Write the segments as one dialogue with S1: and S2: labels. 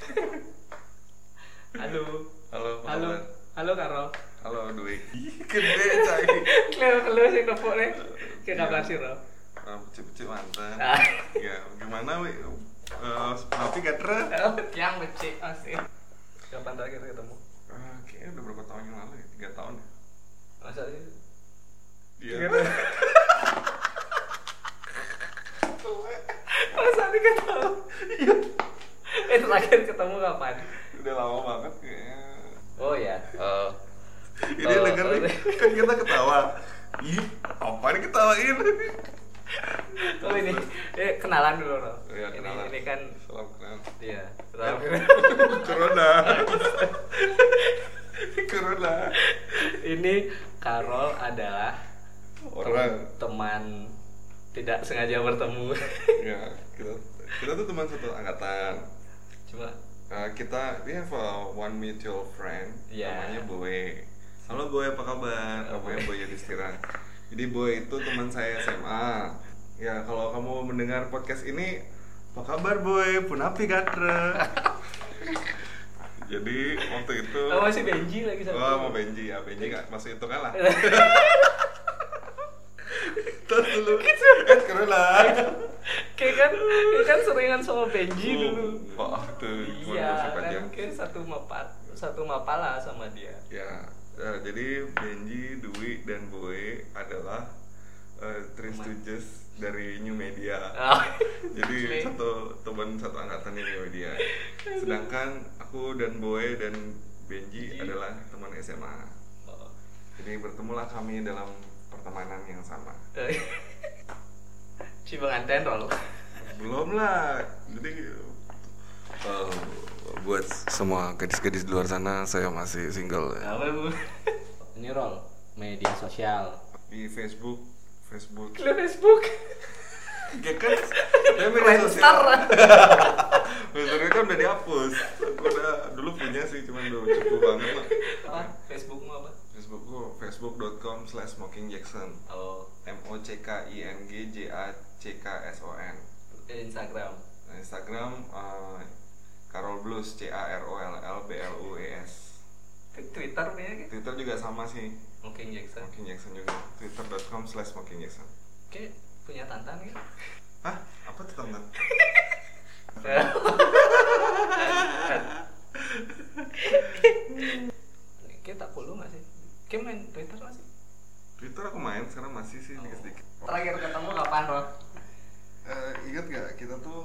S1: kecil-kecil Ah, mantan ya gimana wi Eh, tapi gak ter
S2: yang becek masih
S3: Kapan terakhir ketemu?
S1: Ah, kayaknya udah berapa tahun yang lalu ya tiga tahun ya
S3: Masa sih?
S1: Iya.
S2: masa ini ketemu iya eh terakhir ketemu kapan
S1: udah lama banget kayaknya
S2: oh ya oh
S1: ini
S2: Oh,
S1: denger nih
S2: oh.
S1: kan kita ketawa ih apa nih ketawain
S2: oh ini, ini kenalan dulu loh
S1: Iya,
S2: ini
S1: kenalan.
S2: ini kan
S1: salam kenal
S2: dia
S1: corona corona
S2: ini Karol adalah
S1: orang
S2: teman tidak sengaja bertemu
S1: ya kita kita tuh teman satu angkatan
S2: cuma
S1: Eh, kita we have a one mutual friend
S2: Iya.
S1: namanya Boy. Halo Boy, apa kabar?
S2: Halo,
S1: Namanya Boy Yudhistira. Jadi Boy itu teman saya SMA. Ya kalau kamu mendengar podcast ini, apa kabar Boy? Punapi gatre. Jadi waktu itu
S2: oh, masih Benji lagi sama
S1: Wah, mau
S2: kamu.
S1: Benji ya, Benji gak masuk hitungan lah. Terus dulu,
S2: Gitu.
S1: kan keren lah.
S2: kayak kan kayak kan seringan sama Benji dulu
S1: Wah, tuh, cuma
S2: iya
S1: gosip aja.
S2: kan kayak satu mapat satu mapala sama dia
S1: Ya, eh, jadi Benji, Dwi, dan Boe adalah eh, Three Stooges dari New Media.
S2: Ah.
S1: Jadi
S2: Oke.
S1: satu teman satu angkatan di New Media. Sedangkan aku dan Boe dan Benji adalah teman SMA.
S2: Oh.
S1: Jadi bertemulah kami dalam pertemanan yang sama.
S2: Eh. Cibangan tenrol
S1: Belum lah. Jadi eh, buat semua gadis-gadis di luar sana saya masih single.
S2: apa bu ini roll media sosial
S1: Di Facebook, Facebook
S2: Kalo Facebook
S1: Ya kan, katanya media sosial. Sebenarnya kan udah dihapus. Aku udah dulu punya sih, cuman udah cukup banget lah.
S2: apa Facebookmu apa
S1: Facebook gua facebook.com slash smokingjackson
S2: oh
S1: m o c k i n g j a c k s o n
S2: Instagram
S1: Nah, Instagram eh, Carol Blues C A R O L L B L U E S.
S2: Twitter punya kan
S1: Twitter juga sama sih,
S2: mungkin Jackson
S1: Smoking Jackson juga. Twitter.com slash Smoking Jackson.
S2: Oke, punya tantan kan
S1: Hah? Apa tuh teman?
S2: Kayak tak follow nggak sih? Kayak main Twitter nggak sih? Oh.
S1: Twitter aku main sekarang masih sih sedikit-sedikit.
S2: Terakhir ketemu kapan Rol?
S1: Eh, ingat gak kita tuh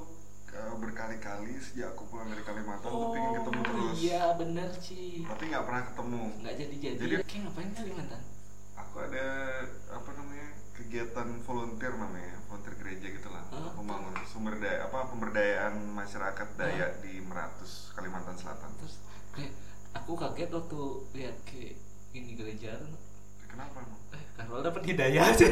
S1: eh, berkali-kali sejak aku pulang dari Kalimantan tuh pengen ketemu terus
S2: Oh, Iya bener sih
S1: tapi nggak pernah ketemu
S2: Nggak jadi-jadi
S1: Jadi-
S2: Kayak ngapain Kalimantan?
S1: aku ada apa namanya kegiatan volunteer namanya volunteer gereja gitu lah
S2: Hah?
S1: pembangun sumber daya apa pemberdayaan masyarakat daya di Meratus Kalimantan Selatan
S2: Terus kayak aku kaget waktu lihat kayak ini gereja tuh.
S1: kenapa emang
S2: Eh, Karol dapat hidayah sih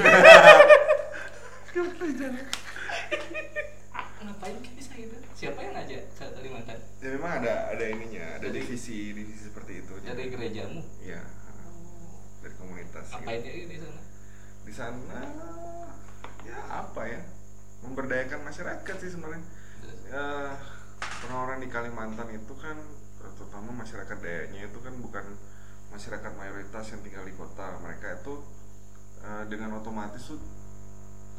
S2: Ngapain kayak bisa gitu? Siapa yang ngajak ke Kalimantan?
S1: ya memang ada ada ininya ada
S2: Jadi-
S1: divisi divisi seperti itu
S2: Dari gerejamu?
S1: ya
S2: Oh.
S1: dari komunitas gitu.
S2: Ngapain dia di sana?
S1: di sana ya apa ya memberdayakan masyarakat sih sebenarnya
S2: Terus?
S1: ya orang-orang di Kalimantan itu kan terutama masyarakat dayanya itu kan bukan masyarakat mayoritas yang tinggal di kota mereka itu eh, dengan otomatis tuh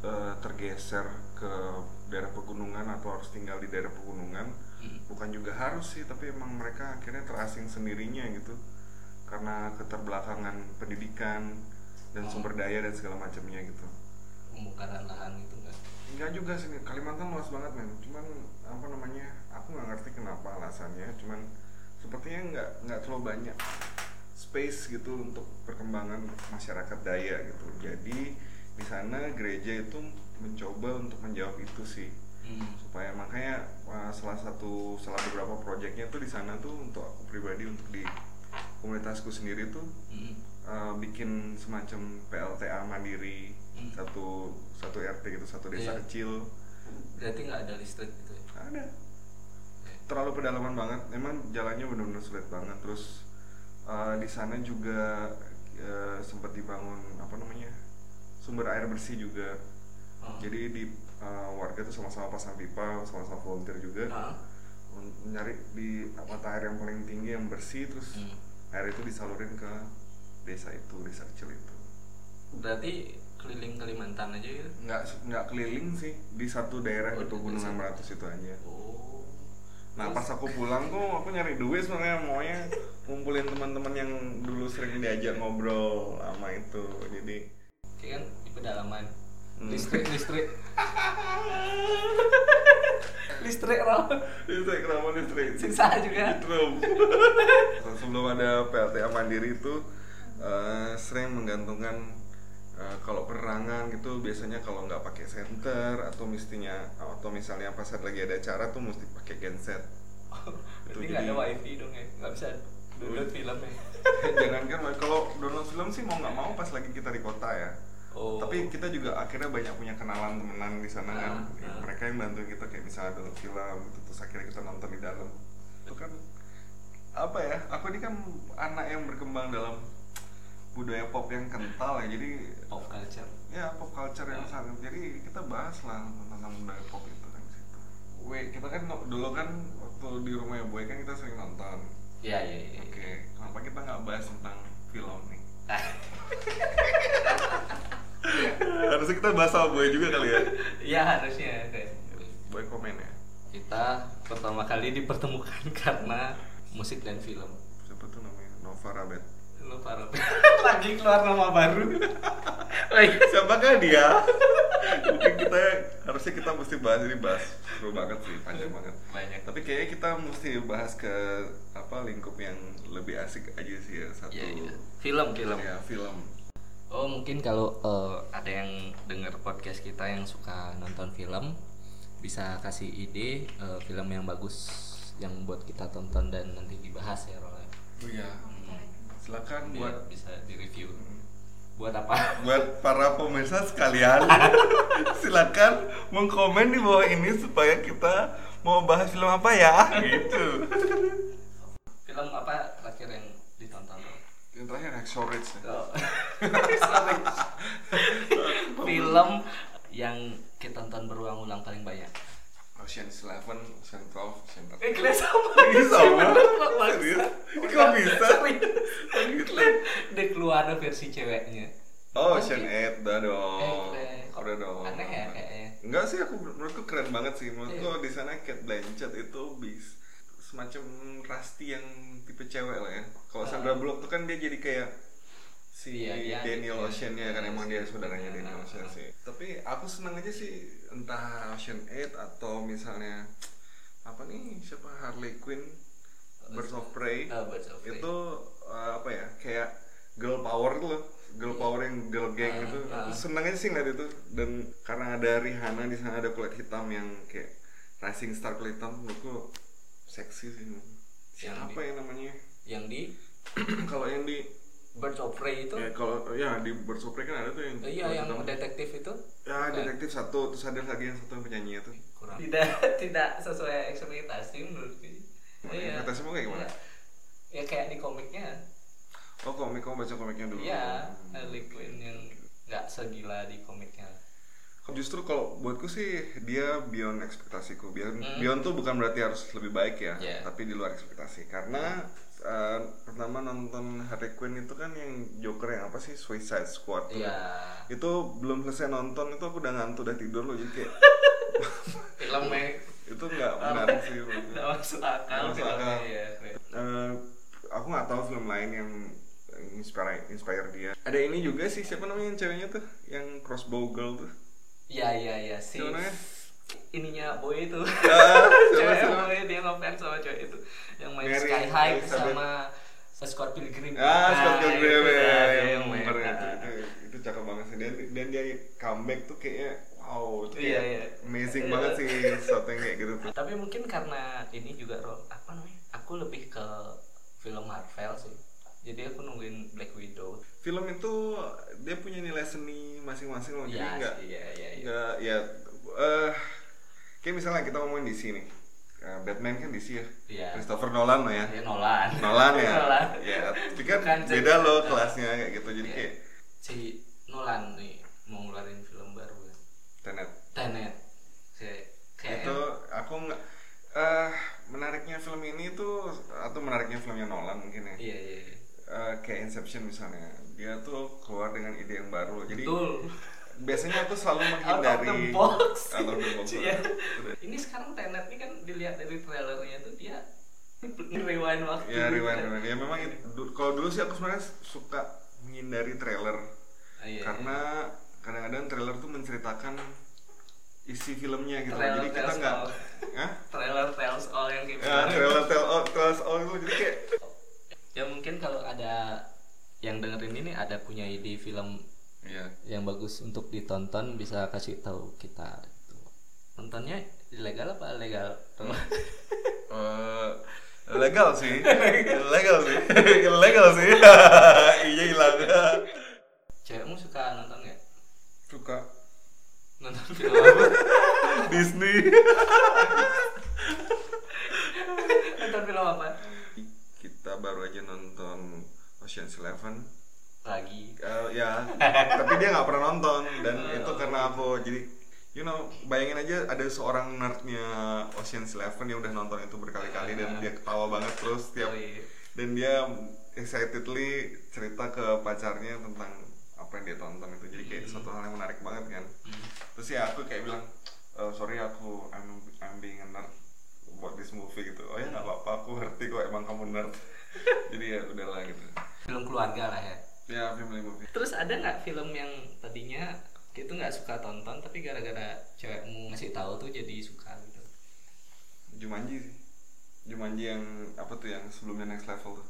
S1: eh, tergeser ke daerah pegunungan atau harus tinggal di daerah pegunungan
S2: Hmm.
S1: bukan juga harus sih tapi emang mereka akhirnya terasing sendirinya gitu karena keterbelakangan pendidikan dan
S2: Oh.
S1: sumber daya dan segala macamnya gitu
S2: Pembukaran lahan gitu nggak?
S1: enggak juga sih Kalimantan luas banget men cuman apa namanya aku nggak ngerti kenapa alasannya cuman sepertinya nggak nggak terlalu banyak space gitu untuk perkembangan masyarakat daya gitu jadi di sana gereja itu mencoba untuk menjawab itu sih
S2: Hmm.
S1: supaya makanya uh, salah satu salah beberapa proyeknya tuh di sana tuh untuk aku pribadi untuk di komunitasku sendiri tuh
S2: Hmm.
S1: uh, bikin semacam PLTA mandiri
S2: Hmm.
S1: satu satu RT gitu satu desa
S2: Iya.
S1: kecil
S2: Berarti nggak ada listrik gitu ya?
S1: ada terlalu pedalaman banget emang jalannya benar-benar sulit banget terus uh, di sana juga uh, sempat dibangun apa namanya sumber air bersih juga
S2: Oh.
S1: jadi di uh, warga tuh sama-sama pasang pipa sama-sama volunteer juga
S2: Ah.
S1: men- nyari di mata air yang paling tinggi yang bersih terus
S2: Hmm.
S1: air itu disalurin ke desa itu desa kecil itu
S2: Berarti keliling Kalimantan aja gitu
S1: nggak nggak keliling sih di satu daerah
S2: Oh,
S1: itu
S2: di
S1: gunung
S2: satu.
S1: 600 itu aja
S2: oh
S1: nah pas aku pulang tuh aku nyari duit sebenarnya maunya ngumpulin teman-teman yang dulu sering diajak ngobrol sama itu jadi
S2: kayak kan di pedalaman
S1: Hmm.
S2: listrik listrik listrik roh
S1: listrik kenapa listrik
S2: Siksa juga.
S1: Nyetrum. sebelum ada PLTA Mandiri itu eh, sering menggantungkan eh, kalau perangan gitu biasanya kalau nggak pakai senter atau mestinya atau misalnya pas lagi ada acara tuh mesti pakai genset
S2: berarti
S1: Itu
S2: nggak ada
S1: jadi-
S2: wifi dong ya nggak bisa download film ya
S1: jangan kan kalau download film sih mau nggak mau pas lagi kita di kota ya
S2: oh
S1: tapi kita juga akhirnya banyak punya kenalan temenan di sana kan
S2: Ah,
S1: Ya,
S2: ah.
S1: mereka yang bantu kita kayak misalnya download film gitu, terus akhirnya kita nonton di dalam itu kan apa ya aku ini kan anak yang berkembang dalam budaya pop yang kental ya jadi
S2: pop culture
S1: ya pop culture yang
S2: Ah.
S1: sangat jadi kita bahas lah tentang budaya pop itu kan di situ. Weh, kita kan no- dulu kan waktu di rumahnya boy kan kita sering nonton
S2: ya ya ya
S1: oke kenapa kita nggak bahas tentang film nih
S2: Ah,
S1: harusnya kita bahas sama boy juga kali ya
S2: ya harusnya kan
S1: boy komen ya
S2: kita pertama kali dipertemukan karena musik dan film
S1: siapa tuh namanya Nova Rabet
S2: lo parah lagi keluar nama baru Woi,
S1: siapakah dia mungkin kita harusnya kita mesti bahas ini bahas seru banget sih panjang banget Eh,
S2: banyak
S1: tapi kayaknya kita mesti bahas ke apa lingkup yang lebih asik aja sih ya satu
S2: ya, ya. film film
S1: ya film
S2: Oh mungkin kalau eh, ada yang dengar podcast kita yang suka nonton film bisa kasih ide eh, film yang bagus yang buat kita tonton dan nanti dibahas ya Iya. Rola.
S1: oh iya silakan buat
S2: Buat bisa di review. Buat apa?
S1: buat para pemirsa sekalian silakan mengkomen di bawah ini supaya kita mau bahas film apa ya gitu
S2: film apa terakhir yang ditonton?
S1: yang terakhir Hacksaw Ridge ya.
S2: Oh. Sorry. film yang kita tonton berulang-ulang paling banyak.
S1: Ocean's Eleven, Ocean's Twelve, Ocean's
S2: Eh,
S1: Thirteen.
S2: kalian sama.
S1: Ini
S2: sih,
S1: sama?
S2: bener, Pak. Bangsa.
S1: Serius? Ini kok bisa?
S2: Serius. Kalian Dia keluar versi ceweknya.
S1: Oh, Ocean 8 udah
S2: Eh,
S1: dong.
S2: keren. Kok
S1: Udah dong.
S2: Aneh ya kayaknya.
S1: Enggak sih, aku menurutku keren banget sih. Menurutku
S2: Iya.
S1: di sana Kate Blanchett itu bis semacam Rusty yang tipe cewek lah ya. Kalau
S2: Ah.
S1: Sandra Bullock tuh kan dia jadi kayak si
S2: Iya, dia
S1: Daniel
S2: adiknya.
S1: Ocean ya kan emang dia saudaranya
S2: Iya.
S1: Daniel Ocean sih. Tapi aku senang aja sih entah Ocean 8 atau misalnya apa nih siapa Harley Quinn Birds of Prey
S2: Ah, Birds of Prey.
S1: itu uh, apa ya kayak girl power tuh loh girl power yang girl gang
S2: Ah,
S1: gitu
S2: ah.
S1: Aku seneng aja sih ngeliat itu dan karena ada Rihanna di sana ada kulit hitam yang kayak rising star kulit hitam menurutku
S2: Iya,
S1: seksi sih siapa
S2: di-
S1: ya namanya
S2: yang di
S1: kalau yang di
S2: Birds of Prey itu.
S1: ya kalau ya di Birds of Prey kan ada tuh yang
S2: Eh, Iya,
S1: kulit
S2: yang
S1: hitam.
S2: detektif itu
S1: ya detektif satu terus ada lagi yang satu yang penyanyi itu
S2: kurang. Tidak tidak sesuai ekspektasi menurutku.
S1: Gimana?
S2: Iya.
S1: Ekspektasimu kayak gimana?
S2: Ya kayak di komiknya.
S1: oh komik kamu baca komiknya dulu
S2: Iya,
S1: Hmm.
S2: Harley Quinn yang nggak segila di komiknya.
S1: Justru kalau buatku sih dia beyond ekspektasiku. Beyond,
S2: Hmm.
S1: beyond tuh bukan berarti harus lebih baik ya,
S2: Yeah.
S1: tapi di luar ekspektasi. Karena eh, pertama nonton Harley Quinn itu kan yang Joker yang apa sih Suicide Squad tuh.
S2: Iya.
S1: Itu belum selesai nonton itu aku udah ngantuk udah tidur loh jadi kayak
S2: Filmnya
S1: itu nggak menarik sih. menurutku.
S2: nggak masuk akal.
S1: Nggak masuk akal.
S2: filmnya, iya.
S1: Eh, aku nggak tahu film lain yang inspire inspire dia. Ada ini juga sih siapa namanya yang ceweknya tuh yang Crossbow Girl tuh.
S2: Iya iya iya si
S1: Siapa namanya?
S2: ininya boy itu.
S1: Ah, siapa,
S2: cewek
S1: siapa?
S2: boy dia ngefans sama cewek itu yang main
S1: Mary
S2: Sky High
S1: Elizabeth.
S2: sama Scott Pilgrim.
S1: Ah, Scott Pilgrim
S2: itu
S1: ya,
S2: gitu dia, dia
S1: yang
S2: yang main.
S1: kemarin itu,
S2: Nah,
S1: itu, itu cakep banget sih. Dan, dan dia comeback tuh kayaknya wow, itu
S2: Iya,
S1: kayak
S2: iya.
S1: amazing
S2: Iya.
S1: banget sih sesuatu yang kayak gitu tuh.
S2: Tapi mungkin karena ini juga Ro, apa namanya? Aku lebih ke film Marvel sih. Jadi aku nungguin Black Widow.
S1: Film itu dia punya nilai seni masing-masing loh, Oh, jadi
S2: Iya,
S1: nggak
S2: sih, iya, iya, iya.
S1: nggak ya eh kayak misalnya kita ngomongin DC nih, Eh, Batman kan DC ya,
S2: Iya.
S1: Christopher Nolan lah ya.
S2: Dia Nolan.
S1: Nolan ya,
S2: Nolan.
S1: ya, tapi kan
S2: Bukan, jadi-
S1: beda loh kelasnya kayak gitu, jadi
S2: Iya.
S1: kayak
S2: Si Nolan nih mau ngeluarin film baru kan.
S1: Tenet.
S2: Tenet. Kayak kayak
S1: itu aku nggak eh, menariknya film ini tuh atau menariknya filmnya Nolan mungkin ya
S2: Iya, iya. iya.
S1: Eh, kayak Inception misalnya dia tuh keluar dengan ide yang baru jadi
S2: Betul.
S1: biasanya aku selalu
S2: Out of the
S1: menghindari
S2: box.
S1: out of the box.
S2: Iya. Ini sekarang Tenet ini kan dilihat dari trailernya tuh dia rewind waktu.
S1: ya
S2: gitu
S1: rewind
S2: kan.
S1: rewind. ya memang itu- du- kalau dulu sih aku sebenarnya suka menghindari trailer
S2: Ah, iya, iya.
S1: karena kadang-kadang trailer tuh menceritakan isi filmnya gitu
S2: Trailer
S1: jadi kita
S2: tells
S1: nggak
S2: all.
S1: Hah?
S2: trailer tells all yang kayak
S1: ya
S2: gitu.
S1: trailer tell all tells all itu jadi kayak
S2: Ya mungkin kalau ada yang dengerin ini ada punya ide film
S1: iya
S2: yang bagus untuk ditonton bisa kasih tahu kita gitu. nontonnya ilegal apa legal
S1: Eh, legal sih legal sih legal sih iya hilang
S2: cewekmu suka nonton nggak
S1: suka
S2: nonton film apa
S1: Disney
S2: nonton film apa
S1: kita baru aja nonton Ocean's Eleven
S2: lagi
S1: Eh, ya tapi dia nggak pernah nonton dan
S2: Oh.
S1: itu karena aku jadi you know bayangin aja ada seorang nerdnya Ocean's Eleven yang udah nonton itu berkali-kali dan dia ketawa banget terus tiap
S2: Sorry.
S1: dan dia excitedly cerita ke pacarnya tentang apa yang dia tonton itu jadi kayak suatu hal yang menarik banget kan terus ya aku kayak bilang "Eh, sorry aku I'm, I'm being a nerd buat this movie gitu oh ya nggak apa-apa aku ngerti kok emang kamu nerd jadi ya udahlah gitu
S2: film keluarga lah ya
S1: ya family movie
S2: terus ada nggak film yang tadinya itu nggak suka tonton tapi gara-gara cewekmu ngasih tahu tuh jadi suka gitu
S1: Jumanji sih Jumanji yang apa tuh yang sebelumnya next level tuh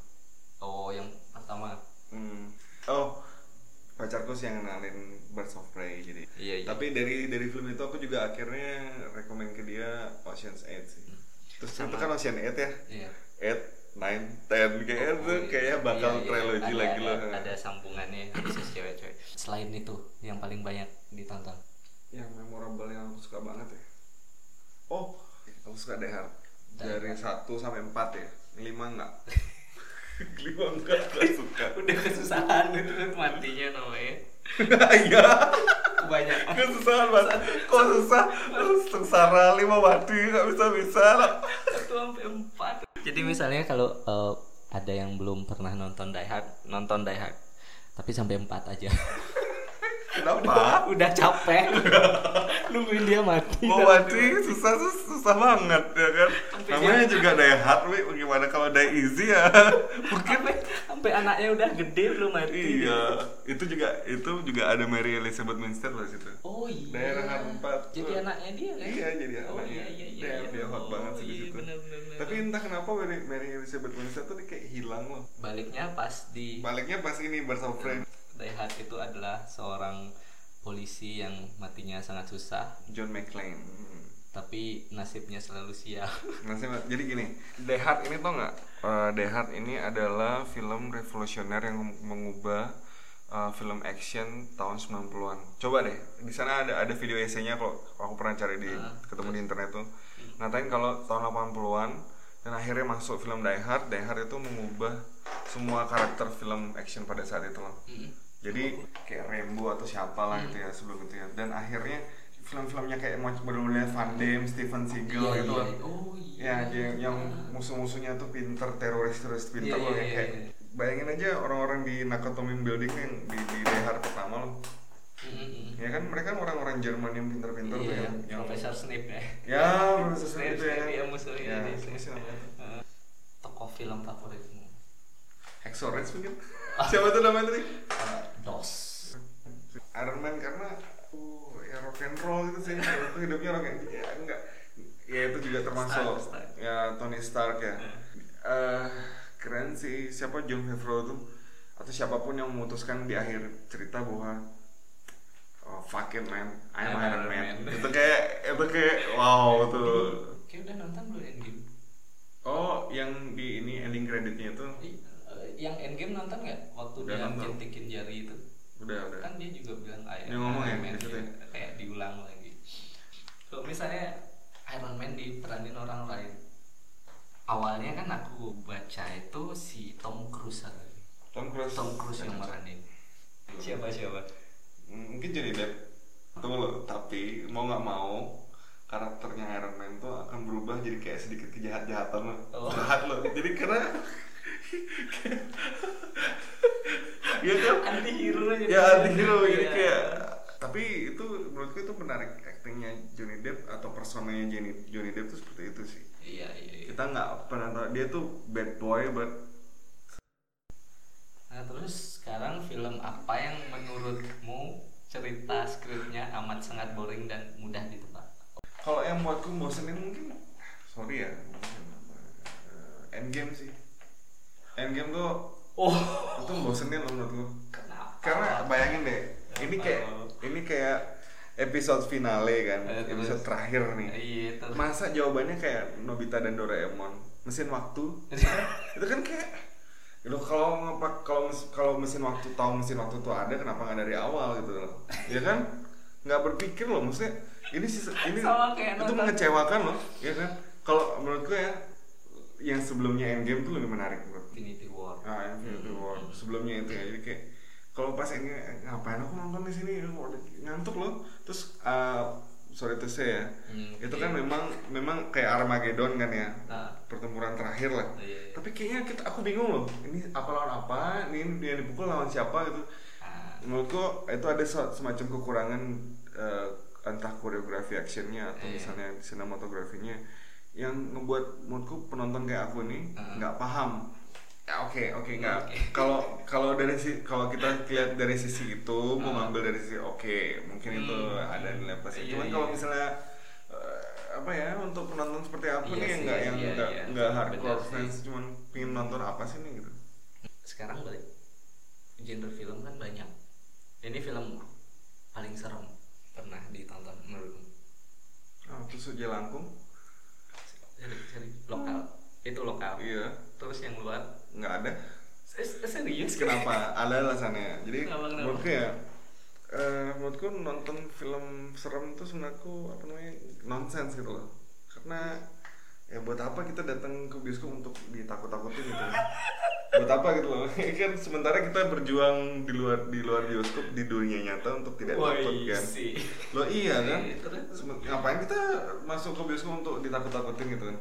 S2: oh yang pertama
S1: hmm. oh pacarku sih yang ngenalin Birds of Prey jadi
S2: iya
S1: tapi dari dari film itu aku juga akhirnya rekomend ke dia Ocean's 8 sih terus itu
S2: Sama.
S1: kan Ocean 8 ya
S2: iya
S1: 8, 9, 10 kayaknya tuh kayaknya bakal
S2: Oh, Iya, iya.
S1: trilogi
S2: Ada-
S1: lagi loh
S2: ada, ada sambungannya khusus cewek-cewek selain itu yang paling banyak ditonton
S1: yang memorable yang aku suka banget ya oh aku suka Die Hard
S2: Die
S1: dari
S2: Hard.
S1: 1 sampai 4 ya 5 enggak 5 enggak gak suka
S2: udah kesusahan itu matinya namanya
S1: iya
S2: kebanyakan
S1: kesusahan mas kok susah sengsara 5 mati gak bisa-bisa lah
S2: satu sampai empat jadi misalnya kalau eh, ada yang belum pernah nonton Die Hard nonton Die Hard tapi sampai empat aja
S1: kenapa?
S2: udah capek nungguin dia mati
S1: Mau mati susah sus- susah banget ya kan.
S2: Iya, Sampai
S1: Namanya juga die hard, Wi. Gimana kalau die easy ya?
S2: mungkin sampai anaknya udah gede belum mati
S1: iya, itu juga itu juga ada Mary Elizabeth Winstead loh situ.
S2: oh iya
S1: Daerah empat.
S2: jadi anaknya dia kan
S1: Iya, jadi
S2: oh,
S1: anaknya.
S2: iya, iya, iya,
S1: Dia-
S2: iya.
S1: dia hot
S2: Oh,
S1: banget sih di
S2: iya,
S1: situ.
S2: benar, benar, benar.
S1: Tapi entah kenapa Mary, Mary Elizabeth Winstead tuh dia kayak hilang loh.
S2: baliknya pas di
S1: Baliknya pas ini bersama friend
S2: Die Hard itu adalah seorang polisi yang matinya sangat susah
S1: John McClane. Hmm.
S2: tapi nasibnya selalu sial
S1: Nasib, jadi gini, Die Hard ini tau nggak? Eh, Die Hard ini adalah film revolusioner yang mengubah eh, film action tahun 90-an. Coba deh, di sana ada ada video esainya kalau kalau aku pernah cari di
S2: Ah. Hmm.
S1: ketemu di internet tuh. Ngatain kalau tahun 80-an dan akhirnya masuk film Die Hard, Die Hard itu mengubah semua karakter film action pada saat itu loh jadi kayak Rambo atau siapa
S2: Hmm.
S1: lah gitu ya sebelum itu ya dan akhirnya film-filmnya kayak mau bener Van Damme, Steven Seagal
S2: Iya,
S1: gitu
S2: iya,
S1: loh
S2: iya. Oh, iya.
S1: ya dia- yang musuh-musuhnya tuh pinter teroris-teroris pinter
S2: Iya, iya,
S1: loh yang
S2: iya,
S1: kayak
S2: iya.
S1: bayangin aja orang-orang di Nakatomi Building yang di, di Die Hard pertama loh
S2: Mm-mm.
S1: ya kan mereka orang-orang Jerman yang pinter-pinter tuh
S2: Iya,
S1: yang, yang
S2: Profesor Snape ya.
S1: ya profesor
S2: Snape,
S1: itu ya
S2: Snape, iya,
S1: kan
S2: musuhnya
S1: ya
S2: di-
S1: siapa sih namanya
S2: Heeh. Tokoh film favoritmu?
S1: Hexorage mungkin
S2: Ah.
S1: siapa tuh namanya tadi
S2: Eh, Dos.
S1: Iron Man karena uh, ya rock and roll gitu sih Aku hidupnya rock and ya enggak ya itu juga termasuk
S2: Stark, Stark.
S1: ya Tony Stark ya
S2: Iya.
S1: Eh, keren sih siapa John Favreau tuh atau siapapun yang memutuskan di akhir cerita bahwa oh, fuck it man I'm
S2: I'm
S1: Iron
S2: Iron
S1: Man.
S2: Man.
S1: itu kayak itu kayak wow tuh
S2: Kayak udah nonton belum Endgame?
S1: oh yang di ini ending creditnya itu
S2: Ih, eh, Yang Endgame nonton nggak? Waktu
S1: Udah
S2: dia
S1: nonton.
S2: jentikin jari itu
S1: udah udah
S2: kan dia juga bilang kayak
S1: Dia ngomong ya,
S2: Iron Man
S1: di situ ya?
S2: dia- kayak diulang lagi. Kalau misalnya Iron Man diperanin orang lain, awalnya kan aku baca itu si Tom Cruise. ada.
S1: Tom Cruise
S2: Tom Cruise yang meranin. Siapa siapa?
S1: mungkin jadi Depp Tunggu loh, tapi mau nggak mau karakternya Iron Man tuh akan berubah jadi kayak sedikit kejahat-jahatan loh
S2: Oh.
S1: jahat loh jadi karena ya kan
S2: Anti hero
S1: Iya
S2: gitu ya. Iya.
S1: ya anti hero kan? Ya, jadi gitu, kayak tapi itu menurutku itu menarik aktingnya Johnny Depp atau personanya Johnny Johnny Depp tuh seperti itu sih
S2: iya iya, iya.
S1: kita nggak pernah tahu dia tuh bad boy but
S2: Nah, terus sekarang film apa yang menurutmu cerita skripnya amat sangat boring dan mudah ditebak?
S1: kalau yang buatku bosenin mungkin sorry ya mungkin, eh, Endgame sih Endgame tuh
S2: Oh,
S1: itu bosenin loh menurutku
S2: kenapa?
S1: karena bayangin deh ini kayak ini kayak episode finale kan
S2: Eh, terus.
S1: episode terakhir nih
S2: Iya, terus.
S1: masa jawabannya kayak Nobita dan Doraemon mesin waktu itu kan kayak lo kalau ngepak kalau mes- kalau mesin waktu tahu mesin waktu itu ada kenapa nggak dari awal gitu loh ya kan nggak berpikir loh maksudnya ini sih ini
S2: Sama kayak
S1: itu
S2: nonton.
S1: mengecewakan loh ya kan kalau menurut gue ya yang sebelumnya Endgame tuh lebih menarik menurut
S2: Infinity War.
S1: Ah, Infinity War.
S2: Hmm.
S1: Sebelumnya itu ya. Jadi kayak kalau pas ini ngapain aku nonton di sini ngantuk loh. Terus ah, sorry to say ya.
S2: Hmm,
S1: Itu
S2: iya.
S1: kan memang memang kayak Armageddon kan ya.
S2: Nah,
S1: Pertempuran terakhir lah.
S2: iya.
S1: Tapi kayaknya kita aku bingung loh. Ini apa lawan apa? Ini yang dipukul lawan siapa gitu.
S2: Nah,
S1: Menurutku itu ada se- semacam kekurangan eh, entah koreografi actionnya atau
S2: Iya.
S1: misalnya sinematografinya yang ngebuat menurutku penonton kayak aku ini
S2: Heeh.
S1: nggak paham. Ya oke oke
S2: Ah.
S1: nggak.
S2: Oke.
S1: Kalau kalau dari si kalau kita lihat dari sisi itu mau
S2: Heeh.
S1: ngambil dari sisi oke mungkin itu
S2: Ah. Hmm.
S1: ada nilai plus.
S2: Iya,
S1: Cuman
S2: iya.
S1: kalau misalnya eh, apa ya untuk penonton seperti aku
S2: Iya
S1: nih yang
S2: sih,
S1: nggak yang
S2: iya,
S1: nggak
S2: iya.
S1: nggak
S2: Benar
S1: hardcore
S2: sih.
S1: fans cuman pengen nonton apa sih nih gitu.
S2: sekarang balik genre film kan banyak. Ini film paling serem pernah ditonton menurutmu?
S1: Ah, tusuk jelangkung,
S2: Seri, seri lokal. Itu lokal.
S1: iya
S2: Terus yang luar
S1: nggak ada.
S2: se- serius
S1: kenapa ada alasannya jadi
S2: Kenapa, kenapa?
S1: menurutku ya eh, menurutku nonton film serem tuh sebenarnya apa namanya nonsens gitu loh karena ya buat apa kita datang ke bioskop untuk ditakut-takutin gitu buat apa gitu loh kan sementara kita berjuang di luar di luar bioskop di dunia nyata untuk tidak
S2: Woi,
S1: takut kan
S2: iya sih.
S1: lo iya kan
S2: Iya, terus?
S1: Sem- ngapain kita masuk ke bioskop untuk ditakut-takutin gitu kan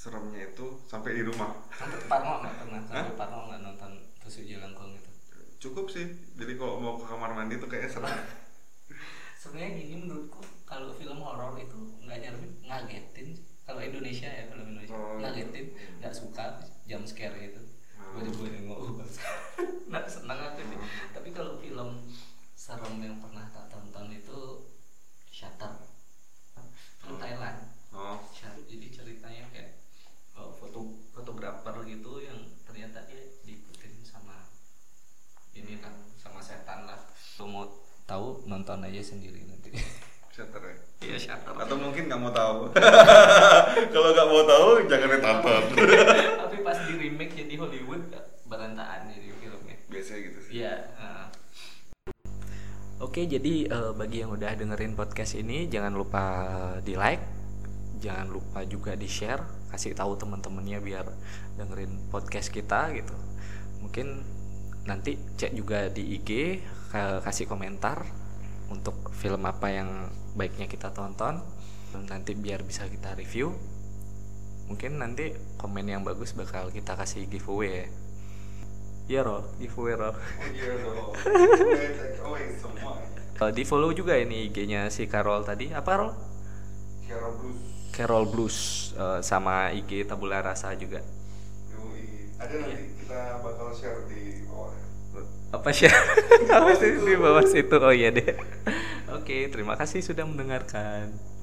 S1: seremnya itu sampai di rumah
S2: Sampai Kan Parno nggak pernah, sampai
S1: Hah?
S2: Parno nggak nonton Tusuk Jelangkung itu.
S1: cukup sih jadi kalau mau ke kamar mandi tuh kayaknya serem
S2: Sebenarnya gini menurutku kalau film horor itu nggak nyermin, ngagetin. sih. Kalau Indonesia ya kalau Indonesia
S1: Oh.
S2: ngagetin, nggak suka jump scare gitu. itu.
S1: Hmm.
S2: Gue juga nengok, "Oh, bangsa." nggak senang aku
S1: Oh.
S2: sih. Tapi kalau film serem yang pernah tak tonton itu Shutter, film Thailand.
S1: oh
S2: Cari- jadi ceritanya kayak uh, foto fotografer gitu yang ternyata dia diikutin sama ini kan sama setan lah lu mau tahu nonton aja sendiri nanti
S1: shutter ya
S2: iya shutter
S1: atau mungkin nggak mau tahu kalau nggak mau tahu jangan ditonton
S2: tapi pas di remake jadi Hollywood berantakan jadi filmnya
S1: biasanya gitu sih
S2: Iya. Oke, jadi eh, bagi yang udah dengerin podcast ini jangan lupa di like, jangan lupa juga di share, kasih tahu teman-temannya biar dengerin podcast kita gitu. Mungkin nanti cek juga di IG, ka- kasih komentar untuk film apa yang baiknya kita tonton. Nanti biar bisa kita review. Mungkin nanti komen yang bagus bakal kita kasih giveaway ya. Iya Ro, giveaway Ro.
S1: oh iya dong away semua
S2: Eh, di follow juga ini IG-nya si Carol tadi apa Carol?
S1: Kiara Blues
S2: Carol Blues eh, sama IG Tabula Rasa juga.
S1: Yoi. ada nanti kita bakal share di bawah ya.
S2: Apa sih? apa sih di bawah situ? Oh iya deh. Oke, terima kasih sudah mendengarkan.